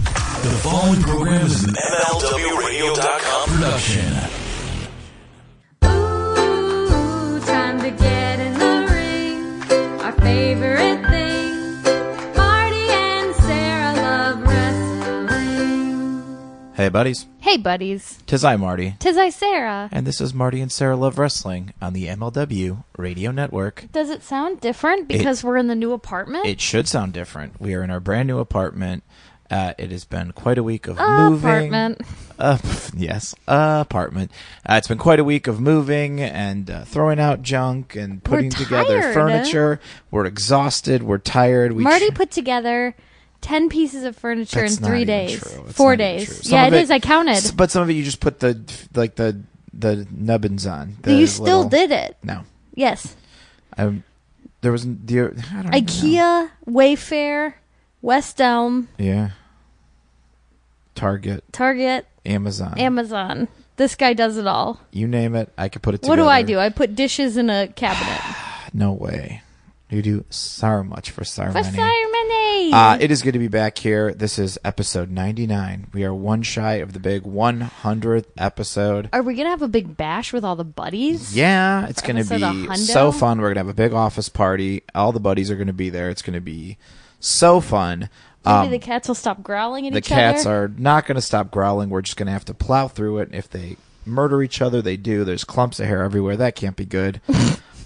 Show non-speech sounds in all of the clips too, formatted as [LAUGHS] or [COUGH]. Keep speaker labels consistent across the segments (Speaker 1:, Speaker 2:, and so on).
Speaker 1: The following program is an MLWRadio.com production.
Speaker 2: Ooh, time to get in the ring. Our favorite thing. Marty and Sarah love wrestling.
Speaker 3: Hey, buddies.
Speaker 4: Hey, buddies.
Speaker 3: Tis I, Marty.
Speaker 4: Tis I, Sarah.
Speaker 3: And this is Marty and Sarah Love Wrestling on the MLW Radio Network.
Speaker 4: Does it sound different because we're in the new apartment?
Speaker 3: It should sound different. We are in our brand new apartment. Uh, it has been quite a week of moving.
Speaker 4: apartment.
Speaker 3: Uh, [LAUGHS] yes, apartment. Uh, it's been quite a week of moving and uh, throwing out junk and
Speaker 4: We're
Speaker 3: putting together
Speaker 4: tired.
Speaker 3: furniture. We're exhausted. We're tired. We
Speaker 4: Marty
Speaker 3: tr-
Speaker 4: put together 10 pieces of furniture
Speaker 3: That's
Speaker 4: in
Speaker 3: not
Speaker 4: three
Speaker 3: even
Speaker 4: days.
Speaker 3: true. That's
Speaker 4: Four
Speaker 3: not even
Speaker 4: days.
Speaker 3: true. Some
Speaker 4: Yeah,
Speaker 3: of
Speaker 4: it is. I counted.
Speaker 3: s- But some of it you just put the like the the nubbins on. The
Speaker 4: you still
Speaker 3: little-
Speaker 4: did it.
Speaker 3: No,
Speaker 4: Yes.
Speaker 3: I, there was n- the I don't even know.
Speaker 4: IKEA, Wayfair, West Elm,
Speaker 3: Yeah. Target,
Speaker 4: Target,
Speaker 3: Amazon,
Speaker 4: Amazon. This guy does it all.
Speaker 3: you name it, I could put it
Speaker 4: What
Speaker 3: together.
Speaker 4: do I do? I put dishes in a cabinet.
Speaker 3: [SIGHS] No way. You do so much for so
Speaker 4: For
Speaker 3: many.
Speaker 4: ceremony.
Speaker 3: Uh, it is good to be back here. This is episode 99. We are one shy of the big 100th episode.
Speaker 4: Are we going to have a big bash with all the buddies?
Speaker 3: Yeah, it's going to
Speaker 4: Episode a
Speaker 3: be
Speaker 4: hundo?
Speaker 3: so fun. We're going to have a big office party. All the buddies are going to be there. It's going to be so fun. Um,
Speaker 4: Maybe the cats will stop growling at
Speaker 3: the
Speaker 4: each
Speaker 3: cats
Speaker 4: other.
Speaker 3: are not going to stop growling. We're just going to have to plow through it. If they murder each other, they do. There's clumps of hair everywhere. That can't
Speaker 4: [LAUGHS]
Speaker 3: be good.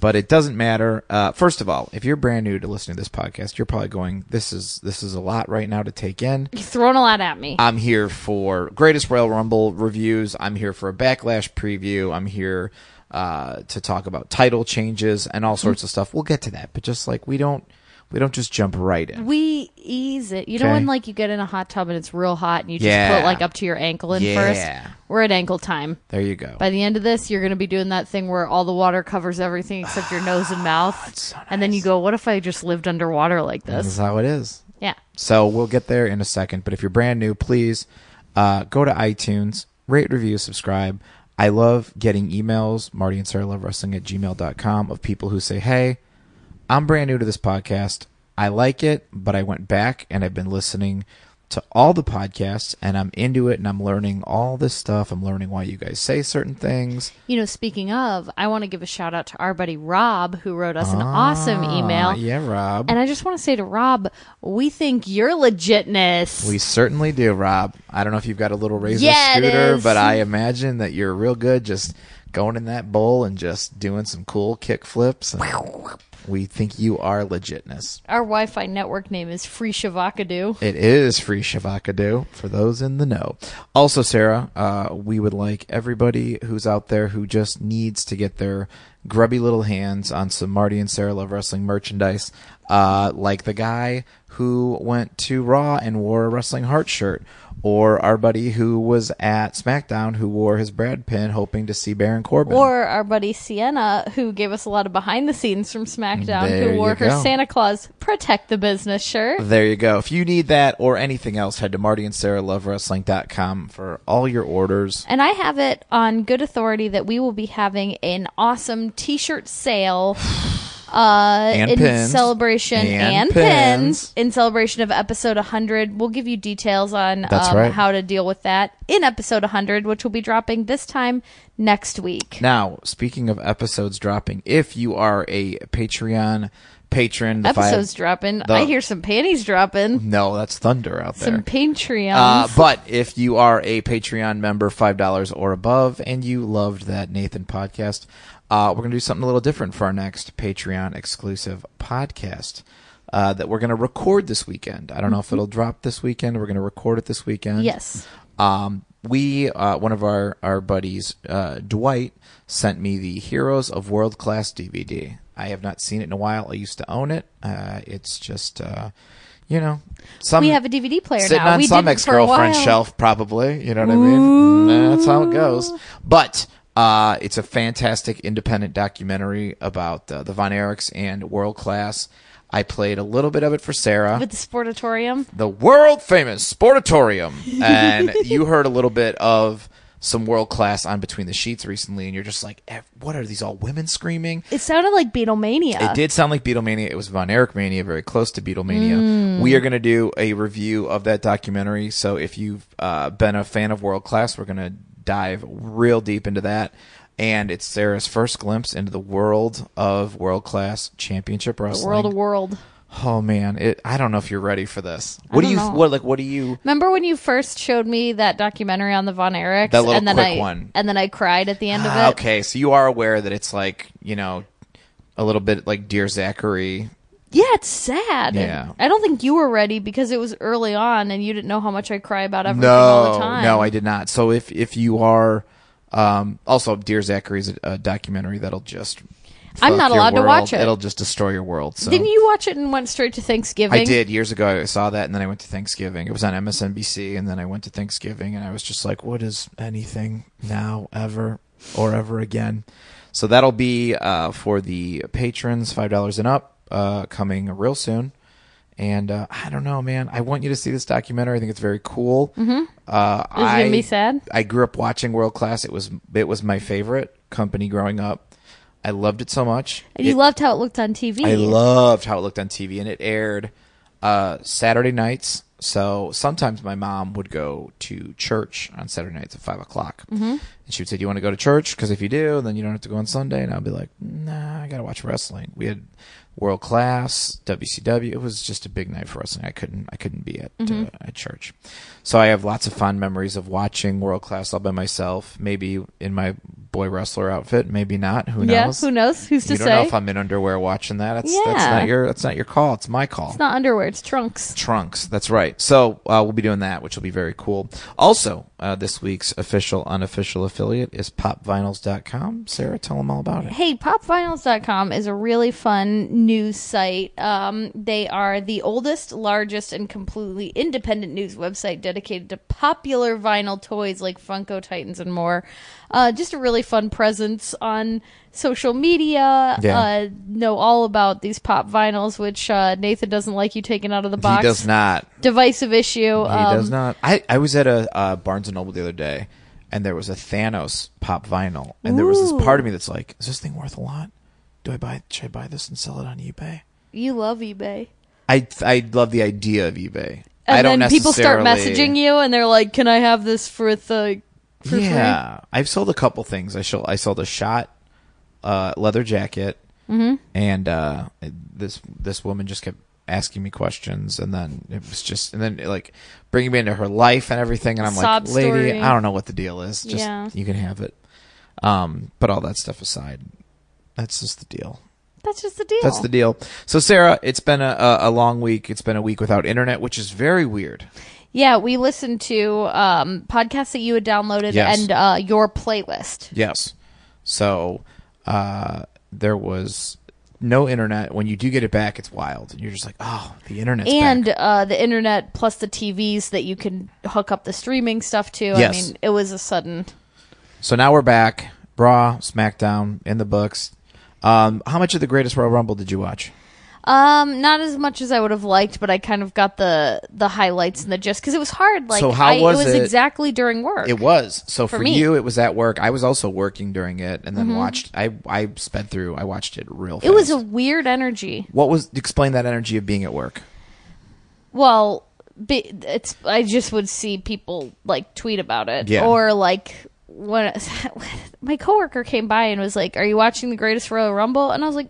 Speaker 3: but it doesn't matter. Uh, first of all, if you're brand new to listening to this podcast, you're probably going, "This is this is a lot right now to take in."
Speaker 4: You're throwing a lot at me.
Speaker 3: I'm here for greatest Royal Rumble reviews. I'm here for a backlash preview. I'm here uh, to talk about title changes and all sorts of stuff. We'll get to that, but just like we don't, we don't just jump right in.
Speaker 4: We ease it. You know
Speaker 3: Okay.
Speaker 4: when like you get in a hot tub and it's real hot and you just
Speaker 3: Yeah.
Speaker 4: put like up to your ankle in
Speaker 3: Yeah.
Speaker 4: first? We're at ankle time.
Speaker 3: There you go.
Speaker 4: By the end of this, you're going to be doing that thing where all the water covers everything except
Speaker 3: [SIGHS]
Speaker 4: your nose and mouth. And then you go, what if I just lived underwater like
Speaker 3: this
Speaker 4: this?
Speaker 3: is how it is.
Speaker 4: Yeah.
Speaker 3: So we'll get there in a second. But if you're brand new, please uh, go to iTunes, rate, review, subscribe. I love getting emails, Marty and Sarah Love Wrestling at gmail.com, of people who say, Hey, I'm brand new to this podcast. I like it, but I went back and I've been listening to all the podcasts and I'm into it and I'm learning all this stuff. I'm learning why you guys say certain things.
Speaker 4: You know, speaking of, I want to give a shout out to our buddy Rob who wrote us an awesome
Speaker 3: Uh,
Speaker 4: email.
Speaker 3: yeah, Rob.
Speaker 4: And I just want to say to Rob, we think you're legitness.
Speaker 3: We certainly do, Rob. I don't know if you've got a little razor
Speaker 4: Yeah, it
Speaker 3: scooter,
Speaker 4: is.
Speaker 3: but I imagine that you're real good just going in that bowl and just doing some cool kick flips. and we think you are legitness.
Speaker 4: our Wi-Fi network name is Free Shavakadu.
Speaker 3: It is free Shavakadu for those in the know. Also, Sarah, uh, we would like everybody who's out there who just needs to get their grubby little hands on some Marty and Sarah Love Wrestling merchandise, uh, like the guy who went to Raw and wore a Wrestling Heart shirt, or our buddy who was at SmackDown who wore his Brad pin hoping to see Baron Corbin.
Speaker 4: Or our buddy Sienna, who gave us a lot of behind the scenes from SmackDown,
Speaker 3: There
Speaker 4: who wore
Speaker 3: you
Speaker 4: her
Speaker 3: go.
Speaker 4: Santa Claus Protect the Business shirt.
Speaker 3: There you go. If you need that or anything else, head to Marty and Sarah Love Wrestling.com for all your orders.
Speaker 4: And I have it on good authority that we will be having an awesome t shirt sale. [SIGHS] Uh,
Speaker 3: And
Speaker 4: in
Speaker 3: pins.
Speaker 4: celebration
Speaker 3: And
Speaker 4: and,
Speaker 3: pins.
Speaker 4: pins. in celebration of episode 100 we'll give you details on
Speaker 3: That's
Speaker 4: um,
Speaker 3: right.
Speaker 4: how to deal with that in episode 100 which will be dropping this time next week
Speaker 3: Now, speaking of episodes dropping, if you are a Patreon patron, the five-
Speaker 4: episodes dropping
Speaker 3: the-
Speaker 4: i hear some panties dropping
Speaker 3: No, that's thunder out there.
Speaker 4: some patreons [LAUGHS]
Speaker 3: Uh, but if you are a Patreon member, five dollars or above, and you loved that Nathan podcast, uh, we're gonna do something a little different for our next Patreon exclusive podcast. Uh, that we're going to record this weekend. I don't know if it'll drop this weekend. We're going to record it this weekend.
Speaker 4: Mm-hmm. Yes.
Speaker 3: Um, we, uh, one of our, our buddies, uh, Dwight, sent me the Heroes of World Class DVD. I have not seen it in a while. I used to own it. Uh, it's just, uh, you know, some
Speaker 4: We have a DVD player
Speaker 3: sitting
Speaker 4: now.
Speaker 3: on
Speaker 4: We
Speaker 3: some
Speaker 4: didn't
Speaker 3: ex
Speaker 4: for a
Speaker 3: girlfriend's
Speaker 4: while.
Speaker 3: shelf, probably. You know what I mean? That's how it goes. But uh, it's a fantastic independent documentary about uh, the Von Erichs and World Class. I played a little bit of it for Sarah
Speaker 4: with the sportatorium. [LAUGHS]
Speaker 3: the world famous sportatorium and you heard a little bit of some world class on Between the Sheets recently, and you're just like, "Ev- what are these all women screaming?
Speaker 5: It sounded like Beatlemania.
Speaker 3: It did sound like Beatlemania. It was Von Erich Mania, very close to Beatlemania. We
Speaker 4: Mm.
Speaker 3: are going to do a review of that documentary. So if you've uh, been a fan of World Class, we're going to dive real deep into that. And it's Sarah's first glimpse into the world of World Class Championship Wrestling.
Speaker 4: World of World.
Speaker 3: oh man, it, I don't know if you're ready for this. What do
Speaker 4: don't
Speaker 3: you?
Speaker 4: know.
Speaker 3: What like? What do you?
Speaker 4: Remember when you first showed me that documentary on the Von Erichs,
Speaker 3: That little
Speaker 4: and then
Speaker 3: quick
Speaker 4: I
Speaker 3: one.
Speaker 4: and then I cried at the end of
Speaker 3: Ah,
Speaker 4: it.
Speaker 3: okay, so you are aware that it's like you know, a little bit like Dear Zachary.
Speaker 4: Yeah, it's sad.
Speaker 3: Yeah.
Speaker 4: And I don't think you were ready because it was early on and you didn't know how much I cry about everything
Speaker 3: no,
Speaker 4: all the time.
Speaker 3: No, I did not. So if if you are um also Dear Zachary is a, a documentary that'll just
Speaker 4: I'm
Speaker 3: fuck
Speaker 4: not
Speaker 3: your
Speaker 4: allowed to
Speaker 3: world.
Speaker 4: watch it.
Speaker 3: It'll just destroy your world. So
Speaker 4: Didn't you watch it and went straight to Thanksgiving?
Speaker 3: I did years ago. I saw that, and then I went to Thanksgiving. It was on MSNBC, and then I went to Thanksgiving, and I was just like, "What is anything now, ever, or ever again?" So that'll be uh, for the patrons, five dollars and up, uh, coming real soon. And uh, I don't know, man. I want you to see this documentary. I think it's very cool. Mm-hmm. Uh,
Speaker 4: Is it
Speaker 3: I,
Speaker 4: gonna be sad?
Speaker 3: I grew up watching World Class. It was it was my favorite company growing up. I loved it so much.
Speaker 4: And you
Speaker 3: It-
Speaker 4: loved how it looked on TV.
Speaker 3: I loved how it looked on TV, and it aired uh, Saturday nights. So sometimes my mom would go to church on Saturday nights at five o'clock,
Speaker 4: Mm-hmm.
Speaker 3: and she would say, "Do you want to go to church? Because if you do, then you don't have to go on Sunday." And I'd be like, "Nah, I gotta watch wrestling." We had World Class, WCW. It was just a big night for wrestling. I couldn't, I couldn't be at
Speaker 4: Mm-hmm.
Speaker 3: uh, at church. So I have lots of fond memories of watching World Class all by myself. Maybe in my boy wrestler outfit, maybe not. Who
Speaker 4: yeah,
Speaker 3: knows?
Speaker 4: who knows? Who's to
Speaker 3: you don't
Speaker 4: say?
Speaker 3: know if I'm in underwear watching that. That's that's
Speaker 4: Yeah.
Speaker 3: not your that's not your call. It's my call.
Speaker 4: it's not underwear, it's trunks.
Speaker 3: Trunks. That's right. So uh, we'll be doing that, which will be very cool. Also, uh, this week's official unofficial affiliate is popvinyls.com. Sarah, tell them all about it.
Speaker 4: Hey, popvinyls.com is a really fun news site. Um, they are the oldest, largest, and completely independent news website dedicated to popular vinyl toys like Funko Titans and more. Uh, just a really fun presence on social media.
Speaker 3: Yeah.
Speaker 4: Uh, know all about these pop vinyls, which uh, Nathan doesn't like you taking out of the box. Um,
Speaker 3: He does not.
Speaker 4: Divisive issue.
Speaker 3: He does not. I, I was at a uh, Barnes and Noble the other day, and there was a Thanos pop vinyl, and there was this part of me that's like, is this thing worth a lot? Do I buy? Should I buy this and sell it on eBay?
Speaker 4: You love eBay.
Speaker 3: I I love the idea of eBay.
Speaker 4: And
Speaker 3: I don't
Speaker 4: then people start
Speaker 3: necessarily-
Speaker 4: messaging you and they're like, can I have this for the. For free?
Speaker 3: yeah, I've sold a couple things. I sold I sold a shot uh, leather jacket,
Speaker 4: Mm-hmm.
Speaker 3: and uh, this this woman just kept asking me questions, and then it was just and then like bringing me into her life and everything, and I'm
Speaker 4: Sob
Speaker 3: like, lady,
Speaker 4: story.
Speaker 3: I don't know what the deal is. Just
Speaker 4: Yeah.
Speaker 3: you can have it. Um, but all that stuff aside, that's just the deal.
Speaker 4: That's just the deal.
Speaker 3: That's the deal. So Sarah, it's been a, a, a long week. It's been a week without internet, which is very weird.
Speaker 4: Yeah, we listened to um, podcasts that you had downloaded
Speaker 3: Yes.
Speaker 4: and uh, your playlist.
Speaker 3: Yes. So uh, there was no internet. When you do get it back, it's wild. You're just like, oh, the internet's
Speaker 4: and
Speaker 3: back.
Speaker 4: uh, the internet plus the TVs that you can hook up the streaming stuff to.
Speaker 3: Yes.
Speaker 4: I mean, it was a sudden.
Speaker 3: So now we're back. Raw, SmackDown in the books. Um, how much of the Greatest Royal Rumble did you watch?
Speaker 4: Um, not as much as I would have liked, but I kind of got the the highlights and the gist because it was hard. Like,
Speaker 3: So how
Speaker 4: I,
Speaker 3: was
Speaker 4: it was
Speaker 3: it-
Speaker 4: exactly during work.
Speaker 3: It was. So for,
Speaker 4: me. Mm-hmm.
Speaker 3: you, it was at work. I was also working during it, and then watched. I I sped through. I watched it real. Fast.
Speaker 4: It was a weird energy.
Speaker 3: What was explain that energy of being at work?
Speaker 4: Well, be, it's I just would see people like tweet about it
Speaker 3: Yeah.
Speaker 4: or like when [LAUGHS] my coworker came by and was like, "Are you watching the Greatest Royal Rumble?" And I was like,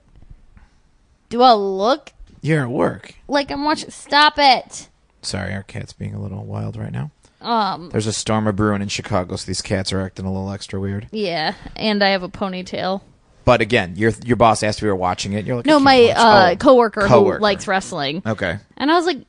Speaker 4: "Do I look
Speaker 3: You're at work.
Speaker 4: like I'm watching? Stop it!"
Speaker 3: Sorry, our cat's being a little wild right now. Um, There's a storm a brewing in Chicago, so these cats are acting a little extra weird.
Speaker 4: Yeah, and I have a ponytail.
Speaker 3: But again, your your boss asked if we were watching it. You're like, I
Speaker 4: No,
Speaker 3: can't
Speaker 4: my
Speaker 3: watch-
Speaker 4: uh,
Speaker 3: oh,
Speaker 4: coworker,
Speaker 3: coworker.
Speaker 4: who likes wrestling,
Speaker 3: Okay,
Speaker 4: and I was like,